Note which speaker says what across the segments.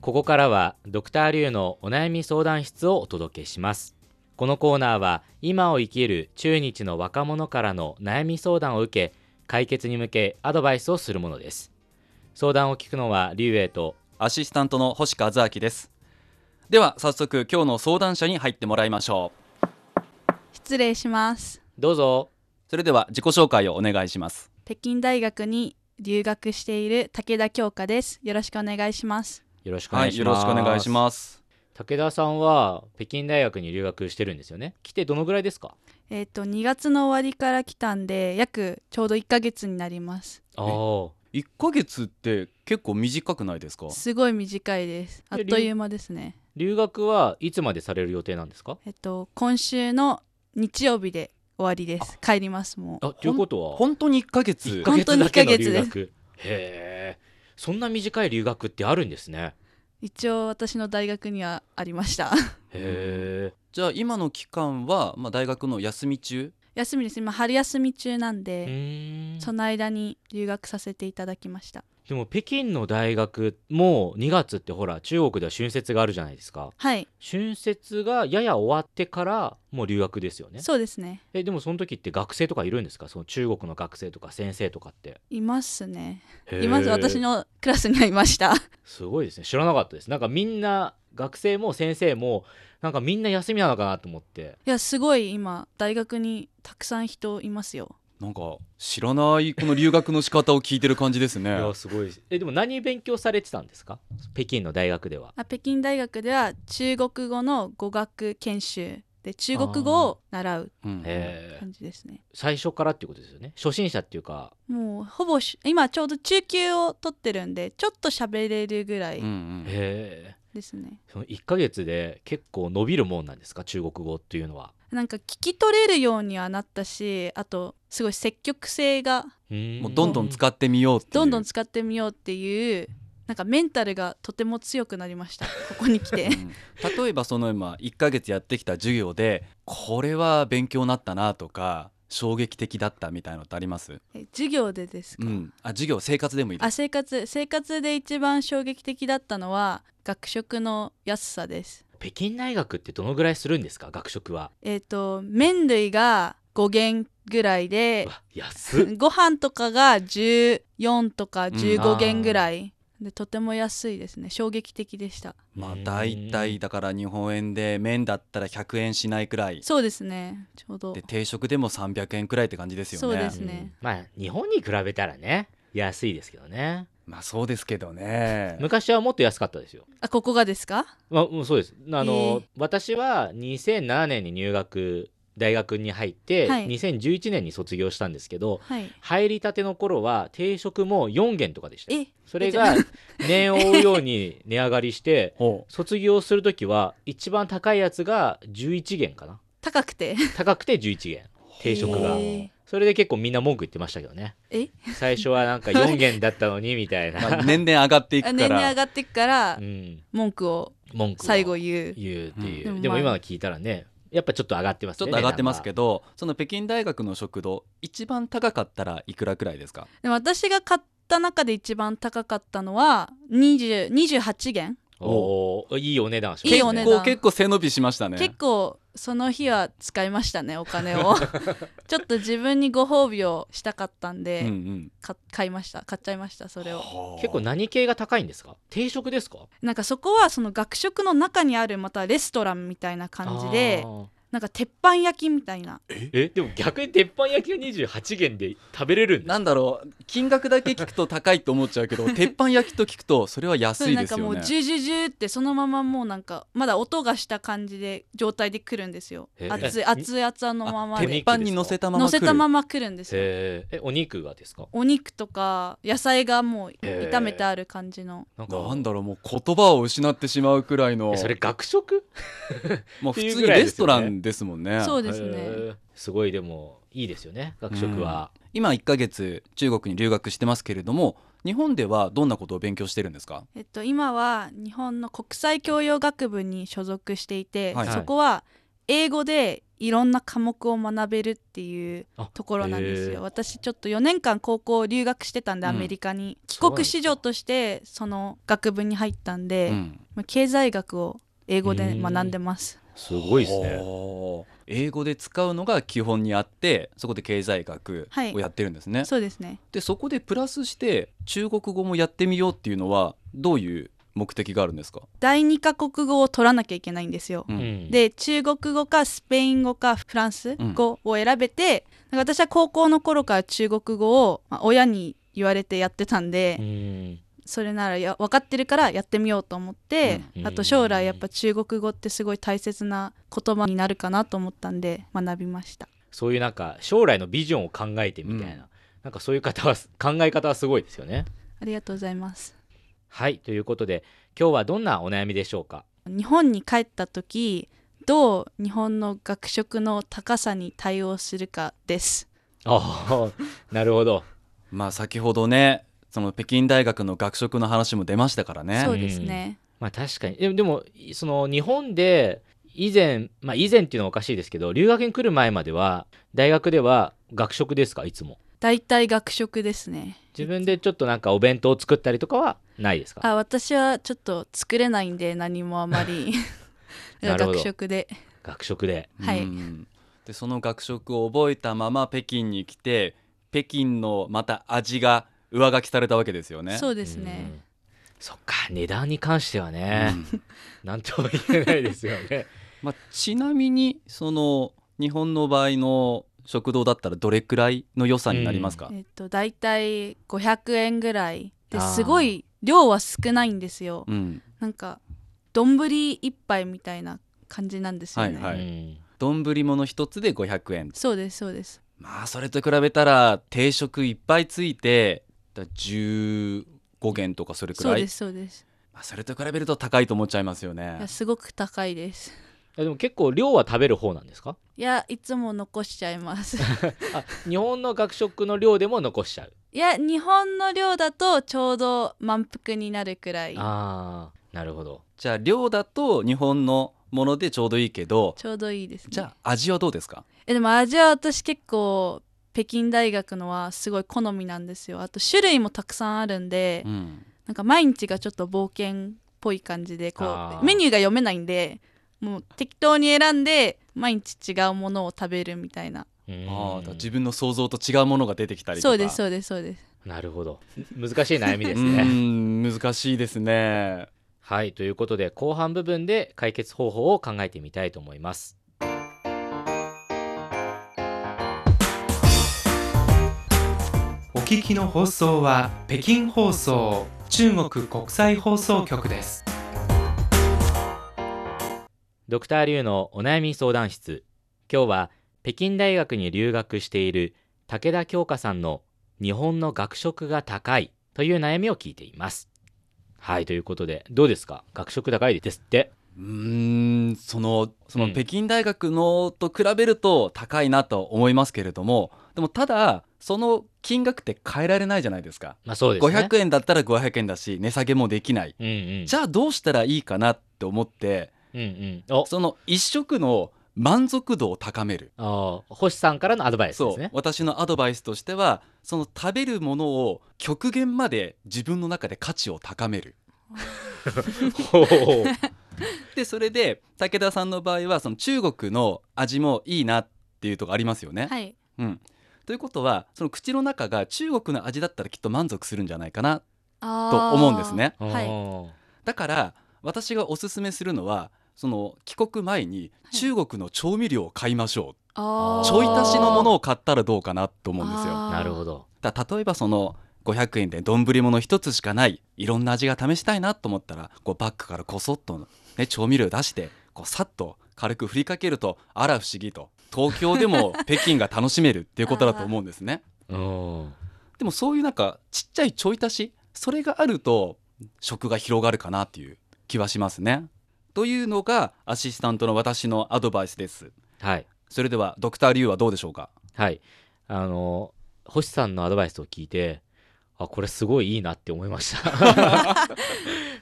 Speaker 1: ここからはドクターリュウのお悩み相談室をお届けしますこのコーナーは今を生きる中日の若者からの悩み相談を受け解決に向けアドバイスをするものです相談を聞くのはリュウエイと
Speaker 2: アシスタントの星和明ですでは早速今日の相談者に入ってもらいましょう
Speaker 3: 失礼します
Speaker 1: どうぞ
Speaker 2: それでは自己紹介をお願いします
Speaker 3: 北京大学に留学している武田京香ですよろしくお願いします
Speaker 1: よろしくお
Speaker 2: は
Speaker 1: 願い
Speaker 2: い
Speaker 1: し
Speaker 2: よ
Speaker 1: ま
Speaker 2: ろ
Speaker 1: す、
Speaker 2: しくお願いします
Speaker 1: 武田さんは北京大学に留学してるんですよね来てどのぐらいですか
Speaker 3: えっ、と2月の終わりから来たんで約ちょうど1ヶ月になります
Speaker 1: ああ
Speaker 2: 1ヶ月って結構短くないですか
Speaker 3: すごい短いですあっという間ですね
Speaker 1: 留学はいつまでされる予定なんですか
Speaker 3: えっ、と今週の日曜日で終わりです帰りますもう
Speaker 1: あということは
Speaker 2: 本当に1ヶ月
Speaker 1: 1
Speaker 3: か
Speaker 1: ヶ月だけの
Speaker 3: 本当に
Speaker 1: 留
Speaker 3: 一ヶ月
Speaker 1: 学へえそんな短い留学ってあるんですね
Speaker 3: 一応私の大学にはありました
Speaker 1: へえ
Speaker 2: じゃあ今の期間は、まあ、大学の休み中
Speaker 3: 休みです今春休み中なん
Speaker 1: う
Speaker 3: で
Speaker 1: ーん
Speaker 3: その間に留学させていただきました
Speaker 1: でも北京の大学も2月ってほら中国では春節があるじゃないですか
Speaker 3: はい
Speaker 1: 春節がやや終わってからもう留学ですよね
Speaker 3: そうですね
Speaker 1: えでもその時って学生とかいるんですかその中国の学生とか先生とかって
Speaker 3: いますね
Speaker 1: へえ
Speaker 3: います私のクラスにはいました
Speaker 1: すごいですね知らなかったですなんかみんな学生も先生もなんかみんな休みなのかなと思って
Speaker 3: いやすごい今大学にたくさん人いますよ
Speaker 2: なんか知らないこの留学の仕方を聞いてる感じです
Speaker 1: い
Speaker 2: ね
Speaker 1: やすごいですえでも何勉強されてたんですか北京の大学では
Speaker 3: あ北京大学では中国語の語学研修で中国語を習う
Speaker 2: うん
Speaker 1: えー
Speaker 3: 感じですね
Speaker 1: 最初からっていうことですよね初心者っていうか
Speaker 3: もうほぼし今ちょうど中級を取ってるんでちょっと喋れるぐらい
Speaker 2: うんうん
Speaker 1: へえ
Speaker 3: ですね、
Speaker 1: その1ヶ月で結構伸びるもんなんですか中国語っていうのは
Speaker 3: なんか聞き取れるようにはなったしあとすごい積極性が
Speaker 1: も
Speaker 2: もうどんどん使ってみようっていう
Speaker 3: どんどん使ってみようっていうなんかメンタルがとても強くなりましたここに 来て
Speaker 2: うん例えばその今1ヶ月やってきた授業でこれは勉強になったなとか衝撃的だったみたいのってあります、
Speaker 3: え授業でですか、
Speaker 2: うん、あ授業生活でもいいで
Speaker 3: あ
Speaker 2: す
Speaker 3: 生活生活で一番衝撃的だったのは学食の安さです
Speaker 1: 北京大学ってどのぐらいするんですか学食は
Speaker 3: えっ、と麺類が5元ぐらいで
Speaker 1: うわ安っ
Speaker 3: ご飯とかが14とか
Speaker 1: うん
Speaker 3: 15元ぐらい、でとても安いですね衝撃的でした
Speaker 2: まあ
Speaker 1: うん
Speaker 2: 大体だから日本円で麺だったら100円しないくらい
Speaker 3: そうですねちょうど
Speaker 2: で定食でも300円くらいって感じですよね
Speaker 3: そうですね
Speaker 1: うんまあ日本に比べたらね安いですけどね
Speaker 2: まあそうですけどね
Speaker 1: 昔はもっと安かったですよ
Speaker 3: あここがですか
Speaker 1: まあ、もうそうですあの、
Speaker 3: えー
Speaker 1: 私は2007年に入学大学に入って、
Speaker 3: はい
Speaker 1: 2011年に卒業したんですけど
Speaker 3: はい
Speaker 1: 入りたての頃は定食も4軒とかでした
Speaker 3: え
Speaker 1: それが 年を追うように値上がりして
Speaker 2: ほ
Speaker 1: 卒業する時は一番高いやつが11元かな
Speaker 3: 高くて
Speaker 1: 高くて11元定食が
Speaker 3: へー
Speaker 1: それで結構みんな文句言ってましたけどね
Speaker 3: え
Speaker 1: 最初はなんか4元だったのにみたいうな、
Speaker 2: まあ年々上がっていくか
Speaker 3: あ年々
Speaker 2: ら
Speaker 3: 上がってくから
Speaker 1: うん、
Speaker 3: 文句を
Speaker 1: 文句を
Speaker 3: 最後言う
Speaker 1: 言うっていう、
Speaker 3: うん
Speaker 1: で
Speaker 3: で
Speaker 1: も
Speaker 3: もまあ
Speaker 1: 今の聞いたらねやっぱちょっと上がってます
Speaker 2: ちょ
Speaker 1: ね
Speaker 2: っと上がってます
Speaker 1: ど
Speaker 2: けどその北京大学の食堂一番高かったらいくらくらいですか
Speaker 3: でも私が買った中で一番高かったのは20 28元、
Speaker 1: おおいいお値段します
Speaker 3: い
Speaker 1: ね
Speaker 3: いお値段
Speaker 2: こう結構背伸びしましたね
Speaker 3: 結構その日は使いましたねお金を ちょっと自分にご褒美をしたかったんで、
Speaker 2: うんうん
Speaker 3: か買いました買っちゃいましたそれを
Speaker 1: 結構何系が高いんですか定食ですか
Speaker 3: なんかそこはその学食の中にあるまたレストランみたいな感じで
Speaker 1: あー
Speaker 3: なんか鉄板焼きみたいな
Speaker 1: えでも逆に鉄板焼きが28元で食べれるんだ
Speaker 2: なんだろう金額だけ聞くと高いと思っちゃうけど鉄板焼きと聞くとそれは安い
Speaker 3: なん
Speaker 2: です
Speaker 3: か
Speaker 2: よ
Speaker 3: もう
Speaker 2: ね
Speaker 3: ジュジュジュってそのままもうなんかまだ音がした感じで状態で来るんですよ
Speaker 1: へー
Speaker 3: 熱い熱々のまま
Speaker 2: あ
Speaker 3: で
Speaker 2: 鉄板に乗せたまま
Speaker 3: 乗
Speaker 2: 来
Speaker 3: せ
Speaker 2: る
Speaker 3: たまま来るんですよ
Speaker 1: へーえお肉がですか
Speaker 3: お肉とか野菜がもう
Speaker 1: へー
Speaker 3: 炒めてある感じの、
Speaker 1: なん
Speaker 2: なんだろうもう言葉を失ってしまうくらいの
Speaker 1: えそれ学食
Speaker 2: もう普
Speaker 1: っていう
Speaker 2: 通
Speaker 1: ぐ
Speaker 2: に
Speaker 1: らい
Speaker 2: レ
Speaker 1: で
Speaker 2: ス
Speaker 1: すよ
Speaker 2: ト
Speaker 1: ね
Speaker 2: ランですもんね
Speaker 3: そうですね、
Speaker 1: へーすごいでもいいですよね学食は、
Speaker 2: 今1ヶ月中国に留学してますけれども日本ではどんなことを勉強してるんですか
Speaker 3: えっと、今は日本の国際教養学部に所属していて、
Speaker 2: はい
Speaker 3: そこは英語でいろんな科目を学べるっていう
Speaker 1: あ
Speaker 3: ところなんです
Speaker 1: へ
Speaker 3: よ
Speaker 1: ー
Speaker 3: 私ちょっと4年間高校留学してたんで
Speaker 2: う
Speaker 3: ア
Speaker 2: ん
Speaker 3: メリカに、帰
Speaker 1: そうなんで
Speaker 3: 国
Speaker 1: すか
Speaker 3: 子女としてその学部に入ったんで、
Speaker 2: うん
Speaker 3: まあ経済学を英語で学んでます、
Speaker 1: すごいですね。
Speaker 2: ほう英語で使うのが基本にあってそこで経済学
Speaker 3: はい
Speaker 2: をやってるんですね、
Speaker 3: そうですね
Speaker 2: でそこでプラスして中国語もやってみようっていうのはどういう目的があるんですか、
Speaker 3: 第二カ国語を取らなきゃいけないんですよ、
Speaker 2: うん
Speaker 1: うん、
Speaker 3: で中国語かスペイン語かフランス
Speaker 2: うん
Speaker 3: 語を選べて、なんか私は高校の頃から中国語を、まあ親に言われてやってたんで、
Speaker 1: うん、
Speaker 3: それならや分かってるからやってみようと思って、
Speaker 1: うん
Speaker 3: あと将来やっぱ中国語ってすごい大切な言葉になるかなと思ったんで学びました
Speaker 1: そういうなんか将来のビジョンを考えてみたいな、なんかそういう方は考え方はすごいですよね。
Speaker 3: ありがとうございます
Speaker 1: はいということで今日はどんなお悩みでしょうか。
Speaker 3: 日本に帰った時どう日本の学食の高さに対応するかです
Speaker 1: ああ なるほど。
Speaker 2: まあ先ほどねその北京大学の学食の話も出ましたからね
Speaker 3: そうですね、
Speaker 1: まあ確かにでもでもその日本で以前まあ以前っていうのはおかしいですけど留学に来る前までは大学では学食ですかいつも
Speaker 3: 大体学食ですね
Speaker 1: 自分でちょっとなんかお弁当を作ったりとかはないですか
Speaker 3: あ私はちょっと作れないんで何もあ まり
Speaker 1: なるほど
Speaker 3: 学食で
Speaker 1: 学食で
Speaker 3: はい
Speaker 2: うんでその学食を覚えたまま北京に来て北京のまた味が上書きされたわけですよね。
Speaker 3: そううですね
Speaker 1: うんそっか値段に関してはね、
Speaker 2: ん
Speaker 1: なんとも言えないですよね
Speaker 2: まあ、ちなみにその日本の場合の食堂だったらどれくらいの予算になりますか、
Speaker 3: えっと大体500円ぐらいで
Speaker 1: あー
Speaker 3: すごい量は少ないんですよ
Speaker 2: うん
Speaker 3: なんか丼一杯みたいな感じなんですよね、
Speaker 2: はいうはい
Speaker 1: ん
Speaker 2: 丼物一つで500円
Speaker 3: そうですそうです
Speaker 2: まあそれと比べたら定食いっぱいついてだ15元とかそれく
Speaker 3: そう
Speaker 2: らい
Speaker 3: ですそうです
Speaker 2: まあ、それと比べると高いと思っちゃいますよ
Speaker 3: い
Speaker 2: ね
Speaker 3: やすごく高いです
Speaker 1: えでも結構量は食べる方なんですか
Speaker 3: いやいつも残しちゃいます
Speaker 1: あ日本の学食の量でも残しちゃう
Speaker 3: いや日本の量だとちょうど満腹になるくらい
Speaker 1: ああなるほど
Speaker 2: じゃあ量だと日本のものでちょうどいいけど
Speaker 3: ちょうどいいですね
Speaker 2: じゃあ味はどうですか
Speaker 3: えでも味は私結構北京大学のはすごい好みなんですよあと種類もたくさんあるんで、
Speaker 2: うん
Speaker 3: なんか毎日がちょっと冒険っぽい感じでこ
Speaker 1: あー
Speaker 3: うメニューが読めないんでもう適当に選んで毎日違うものを食べるみたいな
Speaker 1: うん
Speaker 2: ああだから自分の想像と違うものが出てきたりとか
Speaker 3: そうですそうですそうです
Speaker 1: なるほど難しい悩みです
Speaker 2: う
Speaker 1: ね
Speaker 2: ん難しいですね
Speaker 1: はいということで後半部分で解決方法を考えてみたいと思います
Speaker 4: お聞きの放送は北京放送中国国際放送局です
Speaker 1: ドクターリュウのお悩み相談室今日は北京大学に留学している武田京香さんの日本の学食が高いという悩みを聞いていますはいということでどうですか学食高いですって
Speaker 2: うーんそのそうの
Speaker 1: ん
Speaker 2: 北京大学のと比べると高いなと思いますけれどもでもただその金額って変えられないじゃないですか
Speaker 1: まあそうですね
Speaker 2: 500円だったら500円だし値下げもできない
Speaker 1: うんうん
Speaker 2: じゃあどうしたらいいかなって思って
Speaker 1: うんうんお
Speaker 2: その一食の満足度を高める
Speaker 1: あー星さんからのアドバイスで
Speaker 2: そ
Speaker 1: す
Speaker 2: う
Speaker 1: ね
Speaker 2: 私のアドバイスとしてはその食べるものを極限まで自分の中で価値を高める
Speaker 1: ほうほう
Speaker 2: でそれで武田さんの場合はその中国の味もいいなっていうとこありますよね。
Speaker 3: はい
Speaker 2: うん、ということはその口の中が中国の味だったらきっと満足するんじゃないかな
Speaker 3: あー
Speaker 2: と思うんですね
Speaker 3: はい
Speaker 1: おー
Speaker 2: だから私がおすすめするのはその帰国前に
Speaker 3: はい
Speaker 2: 中国の調味料を買いましょう、
Speaker 3: あー
Speaker 2: ちょい足しのものを買ったらどうかなと思うんですよ。
Speaker 3: あー
Speaker 1: なるほど
Speaker 2: だ例えばその500円で丼物一つしかないいろんな味が試したいなと思ったらこうバッグからこそっと、ね、調味料出してこうさっと軽く振りかけるとあら不思議と東京で も北京が楽しめるっていうことだと思うんですね
Speaker 1: うん
Speaker 2: でもそういうなんかちっちゃいちょい足しそれがあると食が広がるかなっていう気はしますねというのがアシスタントの私のアドバイスです
Speaker 1: はい
Speaker 2: それではドクターリュウはどうでしょうか
Speaker 1: はい。あの、星さんのアドバイスを聞いて、あ、これすごいいいなって思いました。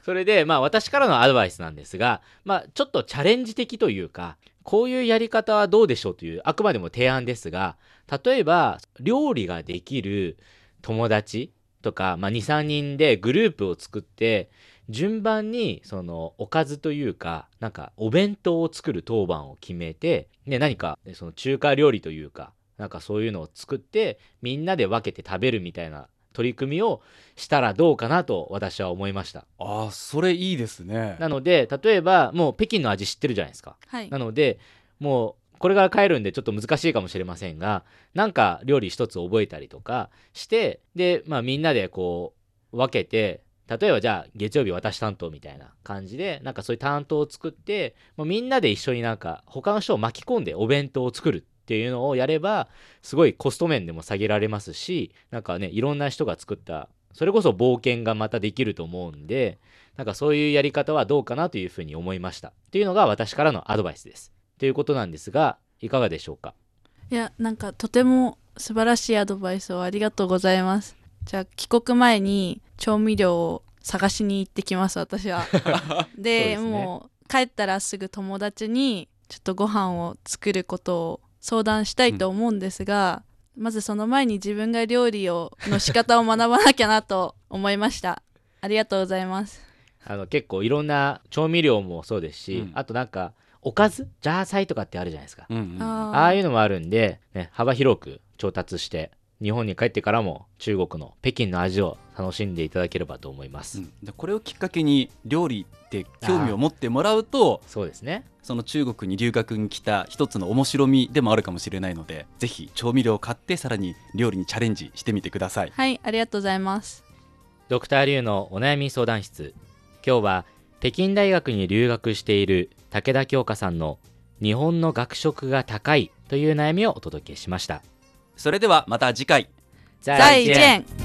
Speaker 1: それで、まあ私からのアドバイスなんですが、まあちょっとチャレンジ的というか、こういうやり方はどうでしょうというあくまでも提案ですが例えば料理ができる友達とか、まあ、23人でグループを作って順番にそのおかずというかなんかお弁当を作る当番を決めて、ね、何かその中華料理というかなんかそういうのを作ってみんなで分けて食べるみたいな取り組みをしたらどうかなと私は思いました
Speaker 2: ああそれいいですね
Speaker 1: なので例えばもう北京の味知ってるじゃないですか
Speaker 3: はい
Speaker 1: なのでもうこれから帰るんでちょっと難しいかもしれませんがなんか料理一つ覚えたりとかしてで、まあ、みんなでこう分けて例えばじゃあ月曜日私担当みたいな感じでなんかそういう担当を作ってもうみんなで一緒になんか他の人を巻き込んでお弁当を作るっていうのをやればすごいコスト面でも下げられますしなんかねいろんな人が作ったそれこそ冒険がまたできると思うんでなんかそういうやり方はどうかなというふうに思いましたっていうのが私からのアドバイスですということなんですがいかがでしょうか
Speaker 3: いやなんかとても素晴らしいアドバイスをありがとうございますじゃあ帰国前に調味料を探しに行ってきます私 はで
Speaker 1: そうですね
Speaker 3: もう帰ったらすぐ友達にちょっとご飯を作ることを相談したいと思うんですが、まずその前に自分が料理をの仕方を学ばなきゃなと思いましたありがとうございます
Speaker 1: あの結構いろんな調味料もそうですし、
Speaker 2: うん
Speaker 1: あとなんかおかずジャーサイとかってあるじゃないですか
Speaker 2: うんうん
Speaker 3: あー
Speaker 1: ああいうのもあるんで、ね、幅広く調達して日本に帰ってからも中国の北京の味を楽しんでいただければと思います、
Speaker 2: うんでこれをきっかけに料理って興味を持ってもらうと
Speaker 1: そうですね
Speaker 2: その中国に留学に来た一つの面白みでもあるかもしれないのでぜひ調味料を買ってさらに料理にチャレンジしてみてください
Speaker 3: はいありがとうございます
Speaker 1: ドクターリュウのお悩み相談室今日は北京大学に留学している武田京香さんの日本の学食が高いという悩みをお届けしました
Speaker 2: それではまた次回
Speaker 1: 在
Speaker 3: 再见。